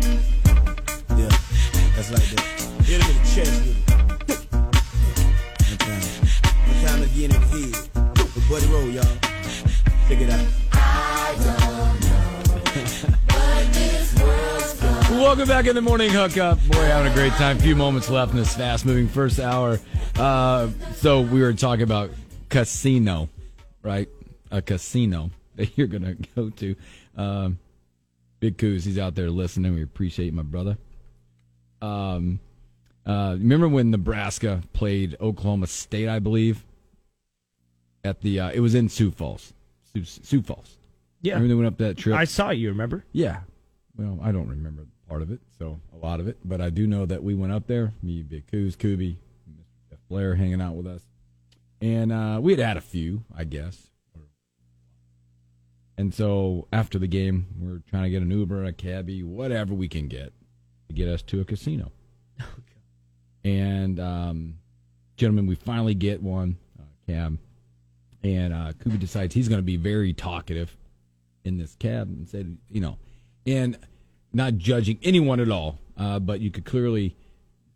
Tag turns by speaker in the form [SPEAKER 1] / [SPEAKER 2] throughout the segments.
[SPEAKER 1] Yeah, that's like that. Hit him in the chest with it. One time. One time again in the head. With Buddy Roll, y'all. Check it out.
[SPEAKER 2] Welcome back in the morning hookup. Boy, having a great time. Few moments left in this fast moving first hour. Uh, so we were talking about casino, right? A casino that you're gonna go to. Um, Big Coos, he's out there listening. We appreciate my brother. Um, uh, remember when Nebraska played Oklahoma State? I believe at the uh, it was in Sioux Falls. Sioux, Sioux Falls.
[SPEAKER 3] Yeah.
[SPEAKER 2] Remember they went up that trip.
[SPEAKER 3] I saw you, remember?
[SPEAKER 2] Yeah. Well, I don't remember part of it, so a lot of it, but I do know that we went up there. Me, Big Coos, Kubi, Mr. Jeff Blair hanging out with us, and uh, we had had a few, I guess. And so after the game, we're trying to get an Uber, a cabbie, whatever we can get to get us to a casino. And um, gentlemen, we finally get one uh, cab, and uh, Kubi decides he's going to be very talkative in this cab and said, you know, and not judging anyone at all, uh, but you could clearly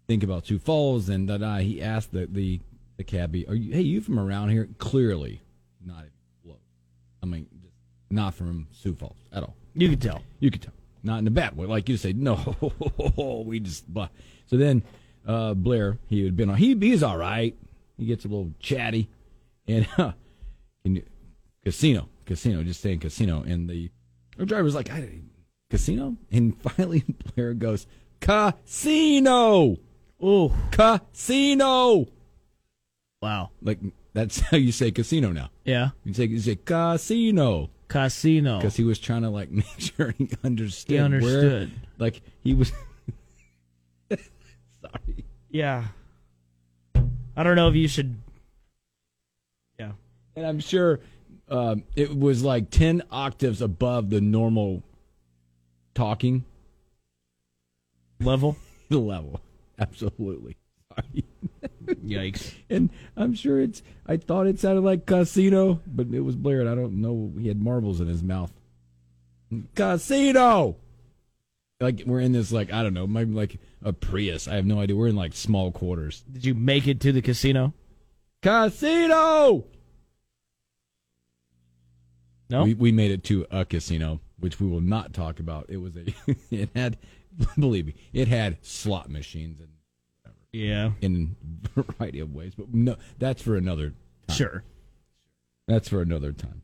[SPEAKER 2] think about Sioux Falls and da da. He asked the the, the cabbie, "Are you? Hey, you from around here?" Clearly, not even close. I mean, just not from Sioux Falls at all.
[SPEAKER 3] You could tell.
[SPEAKER 2] You could tell. Not in a bad way. Like you say, no, we just blah. So then uh, Blair, he had been on. He, he's all right. He gets a little chatty. And, uh, and casino, casino, just saying casino. And the, the driver's like, I, casino? And finally Blair goes, casino,
[SPEAKER 3] Oh,
[SPEAKER 2] casino.
[SPEAKER 3] wow.
[SPEAKER 2] Like, that's how you say casino now.
[SPEAKER 3] Yeah.
[SPEAKER 2] You say, you say casino
[SPEAKER 3] Casino.
[SPEAKER 2] because he was trying to like make sure he understood.
[SPEAKER 3] He
[SPEAKER 2] Where,
[SPEAKER 3] understood.
[SPEAKER 2] like he was. Sorry.
[SPEAKER 3] Yeah. I don't know if you should. Yeah.
[SPEAKER 2] And I'm sure um, it was like ten octaves above the normal talking
[SPEAKER 3] Level.
[SPEAKER 2] level. Absolutely. Sorry.
[SPEAKER 3] Yikes.
[SPEAKER 2] And I'm sure it's. I thought it sounded like casino, but it was Blair. And I don't know. He had marbles in his mouth. Casino. Like we're in this like I don't know maybe like a Prius. I have no idea. We're in like small quarters.
[SPEAKER 3] Did you make it to the casino?
[SPEAKER 2] Casino.
[SPEAKER 3] No.
[SPEAKER 2] We, we made it to a casino, which we will not talk about. It was a. it had, believe me, it had slot machines in
[SPEAKER 3] yeah.
[SPEAKER 2] in a variety of ways. But no, that's for another.
[SPEAKER 3] Sure.
[SPEAKER 2] That's for another time.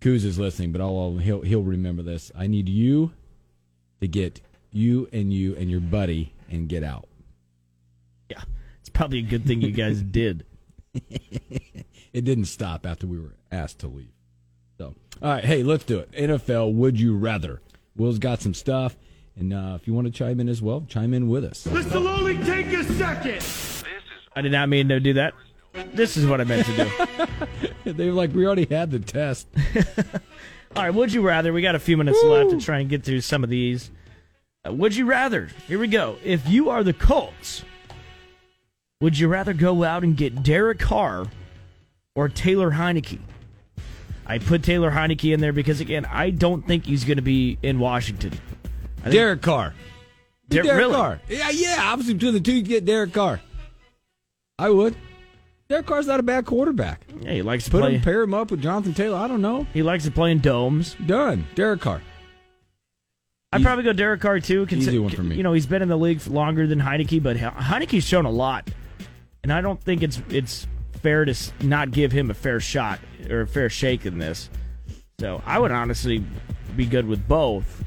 [SPEAKER 2] Coos is listening, but I'll, I'll he'll he'll remember this. I need you to get you and you and your buddy and get out.
[SPEAKER 3] Yeah. It's probably a good thing you guys did.
[SPEAKER 2] It didn't stop after we were asked to leave. So, all right, hey, let's do it. NFL, would you rather? Will's got some stuff, and uh, if you want to chime in as well, chime in with us.
[SPEAKER 4] This'll only take a second.
[SPEAKER 3] I did not mean to do that. This is what I meant to do.
[SPEAKER 2] They're like, we already had the test.
[SPEAKER 3] All right, would you rather? We got a few minutes left to try and get through some of these. Uh, would you rather? Here we go. If you are the Colts, would you rather go out and get Derek Carr or Taylor Heineke? I put Taylor Heineke in there because, again, I don't think he's going to be in Washington.
[SPEAKER 2] Derek Carr.
[SPEAKER 3] Der-
[SPEAKER 2] Derek
[SPEAKER 3] really?
[SPEAKER 2] Carr. Yeah, yeah. Obviously, between the two, you get Derek Carr. I would. Derek Carr's not a bad quarterback.
[SPEAKER 3] Yeah, he likes to
[SPEAKER 2] Put
[SPEAKER 3] play.
[SPEAKER 2] him, pair him up with Jonathan Taylor. I don't know.
[SPEAKER 3] he likes to play in domes.
[SPEAKER 2] Done. Derek Carr.
[SPEAKER 3] I'd probably go Derek Carr too. consi-
[SPEAKER 2] Easy one for me.
[SPEAKER 3] You know, he's been in the league longer than Heineke, but He- Heineke's shown a lot, and I don't think it's it's fair to s- not give him a fair shot or a fair shake in this. So I would honestly be good with both,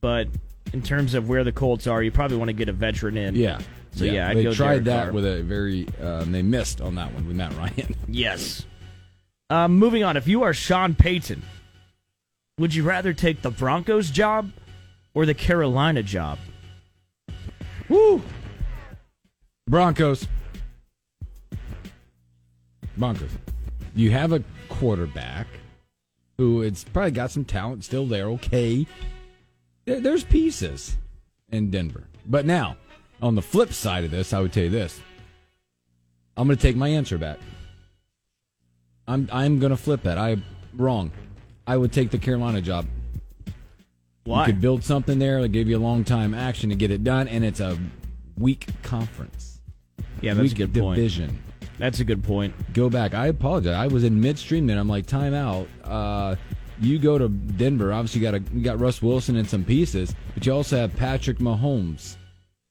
[SPEAKER 3] but in terms of where the Colts are, you probably want to get a veteran in.
[SPEAKER 2] Yeah.
[SPEAKER 3] So, yeah, I'd
[SPEAKER 2] they
[SPEAKER 3] go
[SPEAKER 2] tried
[SPEAKER 3] Derek
[SPEAKER 2] that
[SPEAKER 3] Carr.
[SPEAKER 2] with a very. Um, they missed on that one with Matt Ryan.
[SPEAKER 3] Yes. Um, moving on. If you are Sean Payton, would you rather take the Broncos job or the Carolina job?
[SPEAKER 2] Woo! Broncos. Broncos. You have a quarterback who it's probably got some talent still there. Okay, There- there's pieces in Denver, but now on the flip side of this, I would tell you this: I'm going to take my answer back. I'm I'm going to flip that. I wrong. I would take the Carolina job.
[SPEAKER 3] Why?
[SPEAKER 2] You could build something there that give you a long time action to get it done, and it's a weak conference.
[SPEAKER 3] yeah, that's
[SPEAKER 2] weak
[SPEAKER 3] a good point.
[SPEAKER 2] division.
[SPEAKER 3] That's a good point.
[SPEAKER 2] Go back. I apologize. I was in midstream then. I'm like, timeout. Uh, you go to Denver. Obviously, you got a, you got Russ Wilson and some pieces, but you also have Patrick Mahomes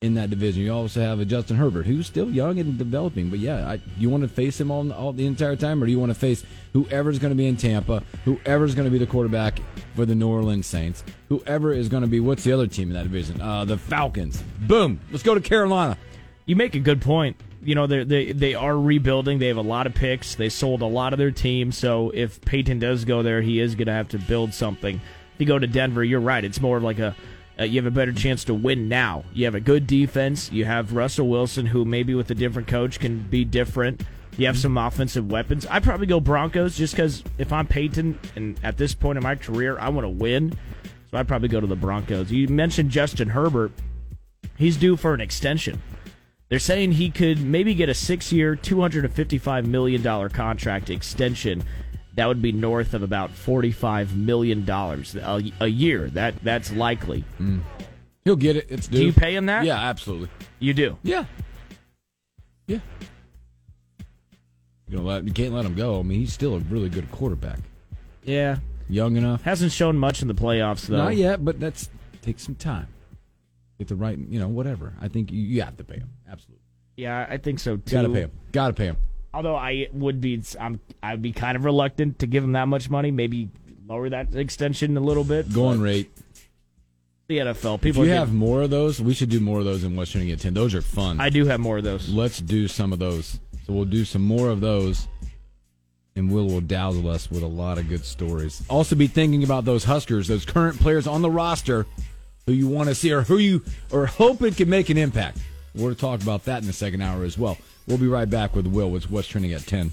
[SPEAKER 2] in that division. You also have a Justin Herbert who's still young and developing. But yeah, I, you want to face him all, all the entire time, or do you want to face whoever's going to be in Tampa, whoever's going to be the quarterback for the New Orleans Saints, whoever is going to be what's the other team in that division? Uh, the Falcons. Boom. Let's go to Carolina.
[SPEAKER 3] You make a good point. You know, they they they are rebuilding. They have a lot of picks. They sold a lot of their team. So if Peyton does go there, he is going to have to build something. If you go to Denver, you're right. It's more of like a uh, you have a better chance to win now. You have a good defense. You have Russell Wilson, who maybe with a different coach can be different. You have some offensive weapons. I probably go Broncos just because if I'm Peyton and at this point in my career, I want to win. So I'd probably go to the Broncos. You mentioned Justin Herbert. He's due for an extension. They're saying he could maybe get a six year, $255 million contract extension. That would be north of about $45 million a, a year. That That's likely.
[SPEAKER 2] He'll get it. It's due.
[SPEAKER 3] you pay him that?
[SPEAKER 2] Yeah, absolutely.
[SPEAKER 3] You do.
[SPEAKER 2] Yeah. Yeah. You know, let, you can't let him go. I mean, he's still a really good quarterback.
[SPEAKER 3] Yeah.
[SPEAKER 2] Young enough.
[SPEAKER 3] Hasn't shown much in the playoffs, though.
[SPEAKER 2] Not yet, but that's takes some time. Get the right, you know, whatever. I think you, you have to pay him. Absolutely.
[SPEAKER 3] Yeah, I think so, too.
[SPEAKER 2] Got to pay him. Got to pay him.
[SPEAKER 3] Although I would be, I'm, I'd be kind of reluctant to give him that much money. Maybe lower that extension a little bit.
[SPEAKER 2] Going
[SPEAKER 3] but
[SPEAKER 2] rate.
[SPEAKER 3] The NFL.
[SPEAKER 2] If
[SPEAKER 3] People
[SPEAKER 2] you
[SPEAKER 3] are
[SPEAKER 2] have
[SPEAKER 3] getting-
[SPEAKER 2] more of those, we should do more of those in West Virginia 10. Those are fun.
[SPEAKER 3] I do have more of those.
[SPEAKER 2] Let's do some of those. So we'll do some more of those, and Will will dazzle us with a lot of good stories. Also, be thinking about those Huskers, those current players on the roster who you want to see or who you or hoping can make an impact. We're going to talk about that in the second hour as well. We'll be right back with Will. It's what's trending at 10.